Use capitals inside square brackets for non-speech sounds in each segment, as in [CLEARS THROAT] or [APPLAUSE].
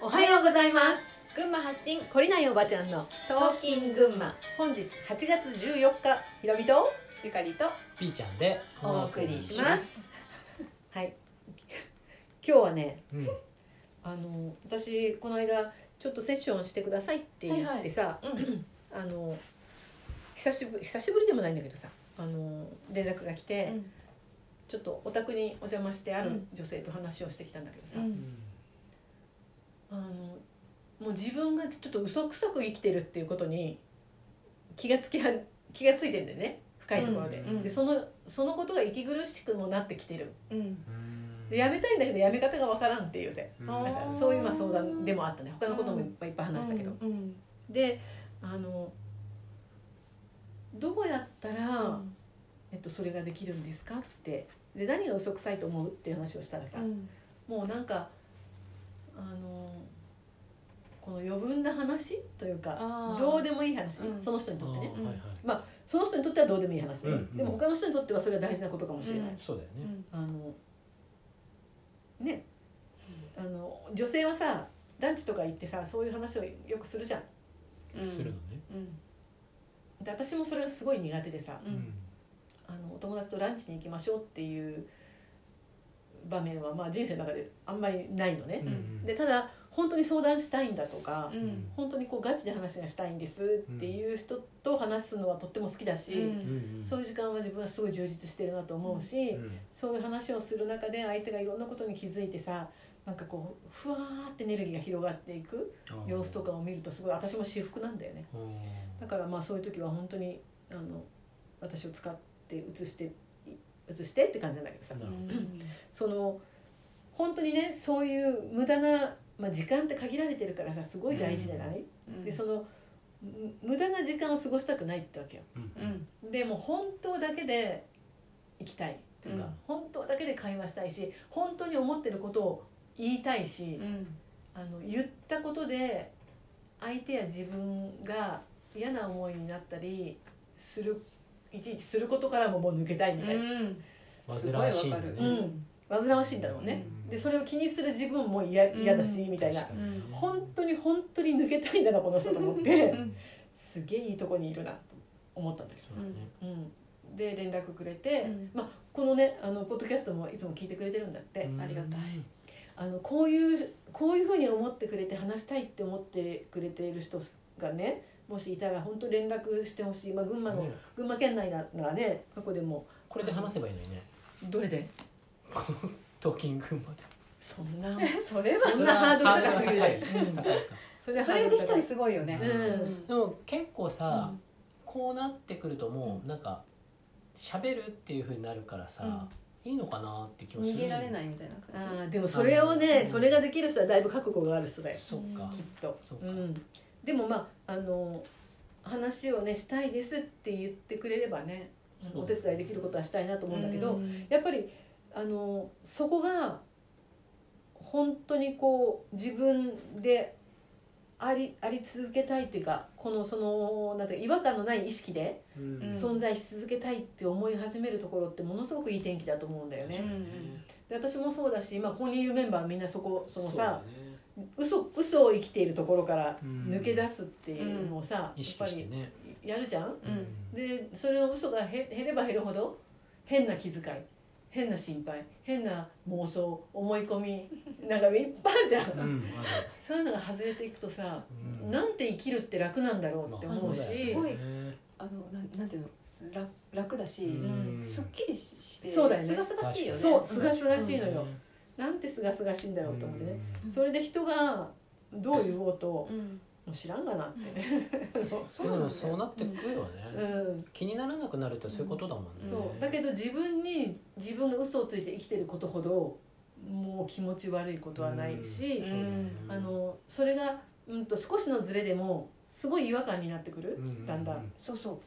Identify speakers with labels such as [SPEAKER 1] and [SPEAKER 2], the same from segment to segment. [SPEAKER 1] ございます
[SPEAKER 2] 群馬発信懲りないおばちゃんの
[SPEAKER 1] トーキン群馬
[SPEAKER 2] 本日8月14日ひろみと
[SPEAKER 1] ゆかりと
[SPEAKER 3] ピーちゃんで、
[SPEAKER 1] お送りしますす
[SPEAKER 2] はい今日はね
[SPEAKER 3] うん、
[SPEAKER 2] あの私この間ちょっとセッションしてくださいって言ってさ、
[SPEAKER 1] うん
[SPEAKER 2] [CLEARS THROAT] あの久しぶり久しぶりでもないんだけどさあの連絡が来て、ちょっとお宅にお邪魔してあ
[SPEAKER 1] う
[SPEAKER 2] る
[SPEAKER 1] ん
[SPEAKER 2] 女性と話をしてきたんだけどさ、
[SPEAKER 1] うん
[SPEAKER 2] あのもう自分がちょっと嘘くさく生きてるっていうことに気がつきは気がついてんだよね深いところで,、
[SPEAKER 3] うんうん
[SPEAKER 2] でそのそのことが息苦しくもなってきてる
[SPEAKER 1] うん
[SPEAKER 2] でやめたいんだけどやめ方がわからんっていうで
[SPEAKER 3] うん
[SPEAKER 1] あ
[SPEAKER 2] だ
[SPEAKER 1] ー
[SPEAKER 2] からそういうまあ相談でもあったね他のこともいっぱいいっぱい話したけど、
[SPEAKER 1] うん
[SPEAKER 2] であのどうやったら、
[SPEAKER 1] うん
[SPEAKER 2] えっと、それができるんですかってで何が嘘くさいと思うっていう話をしたらさ、
[SPEAKER 1] うん
[SPEAKER 2] もうなんかあのこの余分な話というか
[SPEAKER 1] あー
[SPEAKER 2] どうでもいい話、
[SPEAKER 1] うん
[SPEAKER 2] その人にとってね
[SPEAKER 3] あーはいはい
[SPEAKER 2] その人にとってはどうでもいい話ね、
[SPEAKER 3] うんうん
[SPEAKER 2] でも他の人にとってはそれは大事なことかもしれない。
[SPEAKER 1] うん
[SPEAKER 3] そうだよね、
[SPEAKER 2] あのねあの女性はさ団地とか行ってさそういう話をよくするじゃん。
[SPEAKER 1] うん
[SPEAKER 3] するのね、
[SPEAKER 1] うん
[SPEAKER 2] で私もそれがすごい苦手でさ、
[SPEAKER 1] うん
[SPEAKER 2] あのお友達とランチに行きましょうっていう場面は、まあ、人生の中であんまりないのね、でただ本当に相談したいんだとか、
[SPEAKER 1] うんうん
[SPEAKER 2] 本当にこうガチで話がしたいんですっていう人と話すのはとっても好きだし、
[SPEAKER 1] うん
[SPEAKER 3] ん
[SPEAKER 2] そういう時間は自分はすごい充実してるなと思うし、
[SPEAKER 3] うん
[SPEAKER 2] そういう話をする中で相手がいろんなことに気づいてさなんかこうふわーってエネルギーが広がっていく様子とかを見るとすごい私も私服なんだよね。
[SPEAKER 3] あー
[SPEAKER 2] だからまあそういう時は本当にあの私を使って移して移してって感じなんだけどさ、
[SPEAKER 3] なるほ
[SPEAKER 2] その本当にねそういう無駄な、まあ、時間って限られてるからさすごい大事じゃない、
[SPEAKER 1] うん
[SPEAKER 2] でそのむ無駄な時間を過ごしたくないってわけよ
[SPEAKER 3] うん
[SPEAKER 1] うん
[SPEAKER 2] でもう本当だけで行きたいというか、
[SPEAKER 1] うん
[SPEAKER 2] 本当だけで会話したいし本当に思ってることを言いたいし、
[SPEAKER 1] うん
[SPEAKER 2] あの言ったことで相手や自分が嫌な思いになったりするいちいちすることからももう抜けたいみたいな、
[SPEAKER 1] うん
[SPEAKER 3] 煩わしいんだね
[SPEAKER 1] す
[SPEAKER 2] う
[SPEAKER 1] ごいわかる
[SPEAKER 2] ん煩わしいんだろうね、
[SPEAKER 3] うん
[SPEAKER 2] でそれを気にする自分も嫌嫌だし、みたいな
[SPEAKER 3] 確かにね
[SPEAKER 2] 本当に本当に抜けたいんだなこの人と思っ
[SPEAKER 1] う
[SPEAKER 2] て
[SPEAKER 1] ん
[SPEAKER 2] すげえいいとこにいるなと思ったんだけ
[SPEAKER 3] そ
[SPEAKER 2] ど
[SPEAKER 3] うだね
[SPEAKER 2] さ、うん、で連絡くれて、
[SPEAKER 1] うん
[SPEAKER 2] まあ、このねあのポッドキャストもいつも聞いてくれてるんだって、
[SPEAKER 3] うん
[SPEAKER 1] ありがたい
[SPEAKER 2] あのこういうこういうふうに思ってくれて話したいって思ってくれている人がねもしいたら本当連絡してほしい、まあ、群馬の、
[SPEAKER 3] ね
[SPEAKER 2] 群馬県内ならねどこでも
[SPEAKER 3] これで話せばいいのにね
[SPEAKER 2] どれで
[SPEAKER 3] トーキング群馬で
[SPEAKER 2] そんな
[SPEAKER 1] それ
[SPEAKER 2] そんなハードル高すぎる
[SPEAKER 3] ハード
[SPEAKER 2] うん
[SPEAKER 3] ル高い高いか
[SPEAKER 2] [LAUGHS] それ
[SPEAKER 1] それできたり
[SPEAKER 2] す
[SPEAKER 1] すごいよね
[SPEAKER 2] うん
[SPEAKER 3] でも結構さ、こうなってくるともうなんか喋るっていう風になるからさ、いいのかなって気もする
[SPEAKER 1] 逃げられないいみたいな感じ
[SPEAKER 2] あーでもそれをね
[SPEAKER 3] うん
[SPEAKER 2] それができる人はだいぶ覚悟がある人だよ
[SPEAKER 3] そうか、
[SPEAKER 2] きっと
[SPEAKER 3] そうか
[SPEAKER 2] ん、でもまああの話をねしたいですって言ってくれればね
[SPEAKER 3] そう
[SPEAKER 2] お手伝いできることはしたいなと思うんだけど、
[SPEAKER 1] うん
[SPEAKER 2] やっぱりあのそこが本当にこう自分でありあり続けたいっていうかこのそのなんていうか違和感のない意識で
[SPEAKER 3] うん
[SPEAKER 1] うん
[SPEAKER 2] 存在し続けたいって思い始めるところってものすごくいい天気だと思うんだよ
[SPEAKER 1] う
[SPEAKER 2] ね。
[SPEAKER 1] ん
[SPEAKER 2] で私もそうだし、まあ、ここにいるメンバーみんなそこその
[SPEAKER 3] うだ
[SPEAKER 2] さ
[SPEAKER 3] ね
[SPEAKER 2] 嘘嘘を生きているところから
[SPEAKER 3] うん
[SPEAKER 2] 抜け出すっていうのをさ、
[SPEAKER 3] 意
[SPEAKER 2] やっ
[SPEAKER 3] 識
[SPEAKER 2] ぱ
[SPEAKER 3] して
[SPEAKER 2] り
[SPEAKER 3] ね
[SPEAKER 2] やるじゃん。
[SPEAKER 1] うん
[SPEAKER 2] でそれの嘘がへ減れば減るほど変な気遣い変な心配変な妄想思い込みなんかいっぱいあるじゃん、
[SPEAKER 3] うんうんある
[SPEAKER 2] そういうのが外れていくとさ、
[SPEAKER 3] うん
[SPEAKER 2] なんて生きるって楽なんだろうって
[SPEAKER 3] まあ
[SPEAKER 2] 思う
[SPEAKER 3] そだ
[SPEAKER 2] し、
[SPEAKER 3] よね
[SPEAKER 1] あのなんなんていうのら楽だし、
[SPEAKER 2] ん
[SPEAKER 3] うん
[SPEAKER 1] すっきりして
[SPEAKER 2] そうだよね
[SPEAKER 1] すがすがしいよね
[SPEAKER 2] そう
[SPEAKER 1] うん
[SPEAKER 2] すがすがしいのよなんてすがすがしいんだろうと思ってね、それで人がどう言おうと、も
[SPEAKER 1] うん
[SPEAKER 2] う知らんがなってね、
[SPEAKER 1] そ
[SPEAKER 3] そうう
[SPEAKER 1] なんだよ
[SPEAKER 3] んそうなってくるよね、
[SPEAKER 2] [LAUGHS] うん、
[SPEAKER 3] 気にならなくなるとそういうことだもんね、
[SPEAKER 2] そうだけど自分に自分が嘘をついて生きてることほどもう気持ち悪いことはないし、
[SPEAKER 3] そうだよね
[SPEAKER 2] あのそれが、うん、と少しのズレでもすごい違和感になってくる、だんだん
[SPEAKER 1] そうそう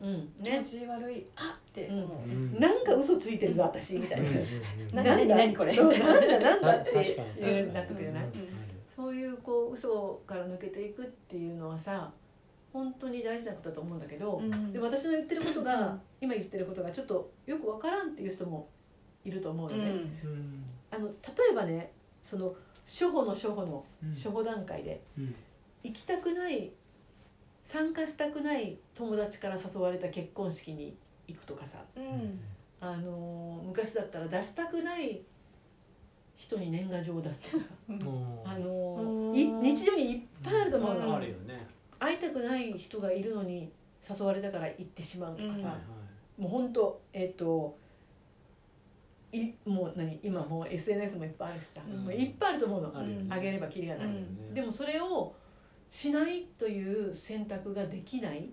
[SPEAKER 2] うん
[SPEAKER 1] 気持
[SPEAKER 2] ね、
[SPEAKER 1] ち悪いあって思う、
[SPEAKER 3] うん
[SPEAKER 2] なんか嘘ついてるぞ私みた
[SPEAKER 3] う
[SPEAKER 2] いな
[SPEAKER 3] んうんうんうん
[SPEAKER 1] なんか
[SPEAKER 3] た
[SPEAKER 2] だ
[SPEAKER 1] 何何これ
[SPEAKER 2] そうなんだなんだっ
[SPEAKER 3] 確
[SPEAKER 2] て
[SPEAKER 3] かに確か
[SPEAKER 2] い
[SPEAKER 3] に
[SPEAKER 2] うなってくるよね、
[SPEAKER 3] うん
[SPEAKER 2] そういうこう嘘から抜けていくっていうのはさ本当に大事なことだと思うんだけど、
[SPEAKER 1] うん
[SPEAKER 2] で私の言ってること
[SPEAKER 1] う
[SPEAKER 2] が、
[SPEAKER 1] ん
[SPEAKER 2] 今言ってることがちょっとよくわからんっていう人もいると思うのね、
[SPEAKER 3] うん
[SPEAKER 2] あの例えばねその初歩の初歩の
[SPEAKER 3] うん
[SPEAKER 2] 初歩段階で
[SPEAKER 3] うん
[SPEAKER 2] 行きたくない参加したくない友達から誘われた結婚式に行くとかさ、
[SPEAKER 1] うん
[SPEAKER 2] あのー昔だったら出したくない人に年賀状を出すとかさ、
[SPEAKER 3] うん
[SPEAKER 2] あ
[SPEAKER 1] う
[SPEAKER 2] の
[SPEAKER 1] ん
[SPEAKER 2] ーい日常にいっぱいあると思うの、
[SPEAKER 1] うん
[SPEAKER 3] あるよね
[SPEAKER 2] 会いたくない人がいるのに誘われたから行ってしまうとかさ、
[SPEAKER 1] うん
[SPEAKER 3] はいはい
[SPEAKER 2] もう本当えっ、といもう何今もう SNS もいっぱいあるしさ、
[SPEAKER 1] うん
[SPEAKER 2] もういっぱいあると思うの
[SPEAKER 3] あるよね
[SPEAKER 2] あげればきりがない、
[SPEAKER 1] うん
[SPEAKER 2] で
[SPEAKER 3] も
[SPEAKER 2] もそれをしないという選択ができない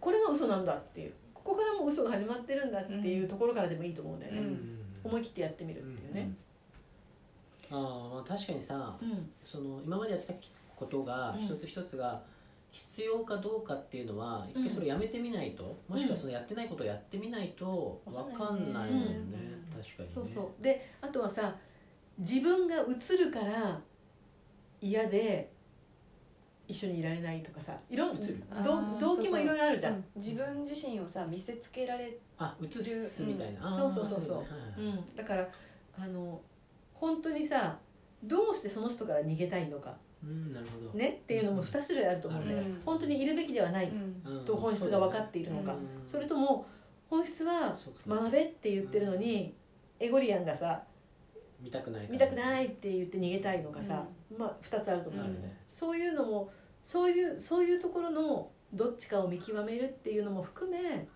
[SPEAKER 2] これが嘘なんだっていうここからもう嘘が始まってるんだっていうところからでもいいと思うんだよね、
[SPEAKER 1] うん
[SPEAKER 2] 思い切ってやってみるっていうね、
[SPEAKER 3] あーまあ確かにさ
[SPEAKER 2] うん
[SPEAKER 3] その今までやってたことが
[SPEAKER 2] うん
[SPEAKER 3] 一つ一つが必要かどうかっていうのは一
[SPEAKER 2] うん
[SPEAKER 3] 回それやめてみないともしくはそのやってないことをやってみないと
[SPEAKER 1] うん
[SPEAKER 3] 分かんないもんね
[SPEAKER 1] うん
[SPEAKER 3] 確かにね
[SPEAKER 2] そうそうであとはさ自分が映るから嫌で一緒にいられないとかさいろん
[SPEAKER 3] 映る
[SPEAKER 1] あー
[SPEAKER 2] 動動機もいろいろあるじゃん
[SPEAKER 1] うん自分自身をさ見せつけられ
[SPEAKER 3] あ映すみたいな
[SPEAKER 2] う
[SPEAKER 3] あ
[SPEAKER 2] ん
[SPEAKER 3] ー
[SPEAKER 2] そうそうそうそう
[SPEAKER 3] いこ
[SPEAKER 2] う
[SPEAKER 3] とねはいはい
[SPEAKER 2] ん、だからあの本当にさどうしてその人から逃げたいのか、
[SPEAKER 3] うんなるほど
[SPEAKER 2] ね、っていうのも2種類あると思うんだよ、
[SPEAKER 1] うん
[SPEAKER 2] 本当にいるべきではない
[SPEAKER 3] うん
[SPEAKER 2] と本質が分かっているのか、
[SPEAKER 1] うん
[SPEAKER 2] それとも本質は
[SPEAKER 3] そうか
[SPEAKER 2] 学べって言ってるのに、エゴリアンがさ
[SPEAKER 3] 見たくない
[SPEAKER 2] 見たくないいって言って逃げたいのかさ、まあ、2つあると思うんだよね
[SPEAKER 3] ね
[SPEAKER 2] そういうのもそういうそういうところのどっちかを見極めるっていうのも含め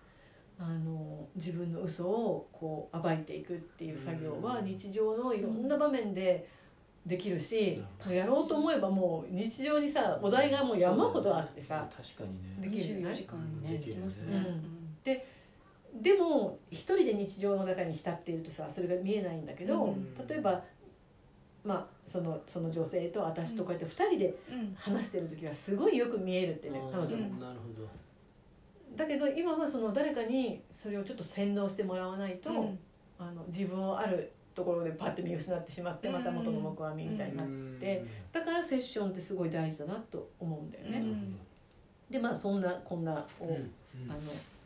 [SPEAKER 2] あの自分の嘘をこう暴いていくっていう作業は
[SPEAKER 3] うん
[SPEAKER 2] 日常のいろんな場面でできるし、もうやろうと思えばもう日常にさお題がもう山ほどあってさ、
[SPEAKER 3] そうだね確か
[SPEAKER 2] で
[SPEAKER 3] にね
[SPEAKER 2] きるよね
[SPEAKER 1] 24時間ね
[SPEAKER 3] うん
[SPEAKER 1] できますね
[SPEAKER 2] できるよねでも一人で日常の中に浸っているとさそれが見えないんだけど、
[SPEAKER 1] うん
[SPEAKER 2] 例えば、まあ、そのその女性と私とこうやって2人で
[SPEAKER 1] うん
[SPEAKER 2] 話してる時はすごいよく見えるってね
[SPEAKER 3] あー
[SPEAKER 2] 彼女も。
[SPEAKER 3] なるほど
[SPEAKER 2] だけど今はその誰かにそれをちょっと洗脳してもらわないと、
[SPEAKER 1] うん
[SPEAKER 2] あの自分をあるところでパッて見失ってしまってまた元の木阿弥みたいにな、てだからセッションってすごい大事だなと思うんだよ
[SPEAKER 3] うん
[SPEAKER 2] ね。でまあそんなこんなを、
[SPEAKER 3] うん
[SPEAKER 2] あの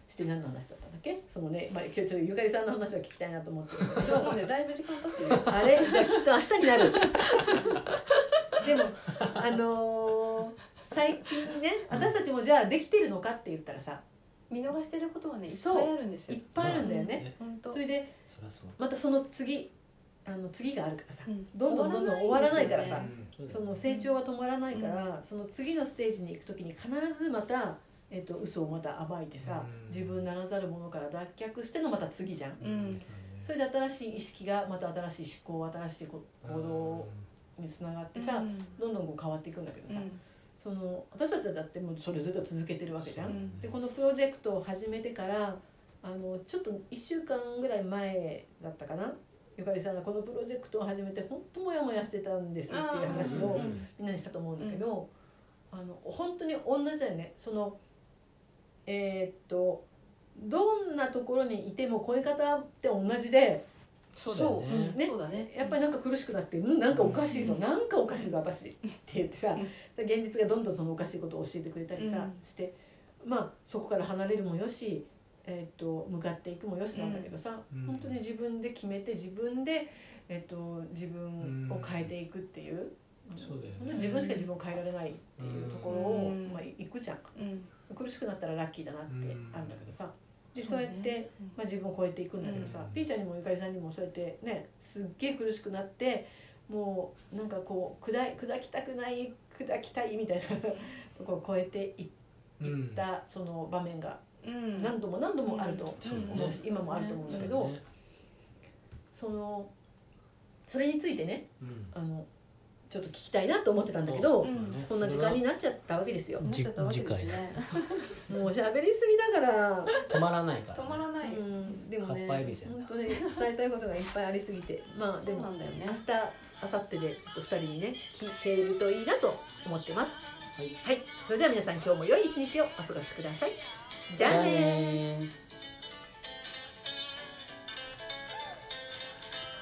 [SPEAKER 2] して何の話だったんだっけそのね、まあ、今日ちょっとゆかりさんの話は聞きたいなと思ってるんだけ
[SPEAKER 1] も
[SPEAKER 2] ど
[SPEAKER 1] うねだいぶ時間経ってるよ
[SPEAKER 2] あれじゃあきっと明日になる [LAUGHS] でもあのー最近ね私たちもじゃあできてるのかって言ったらさ
[SPEAKER 1] 見逃してることはねいっぱ
[SPEAKER 2] そう
[SPEAKER 1] いあるんです
[SPEAKER 2] い
[SPEAKER 1] よ
[SPEAKER 2] っぱいあるんだよね。
[SPEAKER 1] 本当
[SPEAKER 2] それで
[SPEAKER 3] そりゃそう
[SPEAKER 2] またその次あの次があるからさ
[SPEAKER 1] うん
[SPEAKER 2] どんどんどんどん終わらないからさ
[SPEAKER 1] 終わら
[SPEAKER 3] うん
[SPEAKER 2] その成長が止まらないから、その次のステージに行く時に必ずまた、えっと嘘をまた暴いてさ、
[SPEAKER 3] うん
[SPEAKER 2] 自分ならざるものから脱却してのまた次じゃん、
[SPEAKER 1] うん
[SPEAKER 2] それで新しい意識がまた新しい思考新しいこ行動につながってさ、
[SPEAKER 1] うん
[SPEAKER 2] どんどんこう変わっていくんだけどさ、
[SPEAKER 1] うん
[SPEAKER 2] その私たちだってもうそれずっと続けてるわけじゃん、
[SPEAKER 1] そう
[SPEAKER 2] でこのプロジェクトを始めてからあのちょっと1週間ぐらい前だったかなゆかりさんがこのプロジェクトを始めて本当モヤモヤしてたんですっていう話
[SPEAKER 1] あーうん
[SPEAKER 2] を
[SPEAKER 1] うん
[SPEAKER 2] みんなにしたと思うんだけど、あの本当に同じだよねそのえーっとどんなところにいても超え方って同じで
[SPEAKER 3] そうだよね
[SPEAKER 1] ん
[SPEAKER 2] ね
[SPEAKER 1] そうだね
[SPEAKER 2] やっぱりなんか苦しくなって「うんなんかおかしいぞ、
[SPEAKER 1] うん
[SPEAKER 2] なんかおかしいぞ私」って言ってさ、
[SPEAKER 1] うん
[SPEAKER 2] 現実がどんどんそのおかしいことを教えてくれたりさ、
[SPEAKER 1] うん
[SPEAKER 2] してまあそこから離れるもよし、えー、と向かっていくもよしなんだけどさ、
[SPEAKER 3] うん
[SPEAKER 2] 本当に自分で決めて自分で、えー、と自分を変えていくっていう。あの
[SPEAKER 3] そうだよね
[SPEAKER 2] 本当に自分しか自分を変えられないっていうところを、
[SPEAKER 1] うん
[SPEAKER 2] まあ、行くじゃん
[SPEAKER 1] うん
[SPEAKER 2] 苦しくなったらラッキーだなってあるんだけどさ、でそうやって、
[SPEAKER 1] ね
[SPEAKER 2] まあ、自分を超えていくんだけどさ、
[SPEAKER 3] うん
[SPEAKER 2] ピーちゃんにもゆかりさんにもそうやってねすっげえ苦しくなってもうなんかこう砕い砕きたくない砕きたいみたいなとこを超えていったその場面が
[SPEAKER 1] うん
[SPEAKER 2] 何度も何度もあると
[SPEAKER 3] そうだ
[SPEAKER 2] 思う
[SPEAKER 3] ね
[SPEAKER 2] し、今もあると思うんだけど、そのそれについてねあのちょっと聞きたいなと思ってたんだけど、
[SPEAKER 1] うん
[SPEAKER 2] こんな時間になっちゃったわけですよ。
[SPEAKER 1] なっちゃったわけですね
[SPEAKER 2] もう喋りすぎだから
[SPEAKER 3] 止まらないから
[SPEAKER 1] 止まらない
[SPEAKER 2] うんでもね、
[SPEAKER 3] かっぱえびせんだ
[SPEAKER 2] 本当に伝えたいことがいっぱいありすぎて、まあ
[SPEAKER 1] そ
[SPEAKER 2] で
[SPEAKER 1] う
[SPEAKER 2] も
[SPEAKER 1] な
[SPEAKER 2] 明
[SPEAKER 1] んだよね
[SPEAKER 2] 日明後日でちょっと二人にね聞いているといいなと思ってます。
[SPEAKER 3] はい
[SPEAKER 2] はい、それでは皆さん今日も良い一日をお過ごしください。じゃあねー
[SPEAKER 3] ー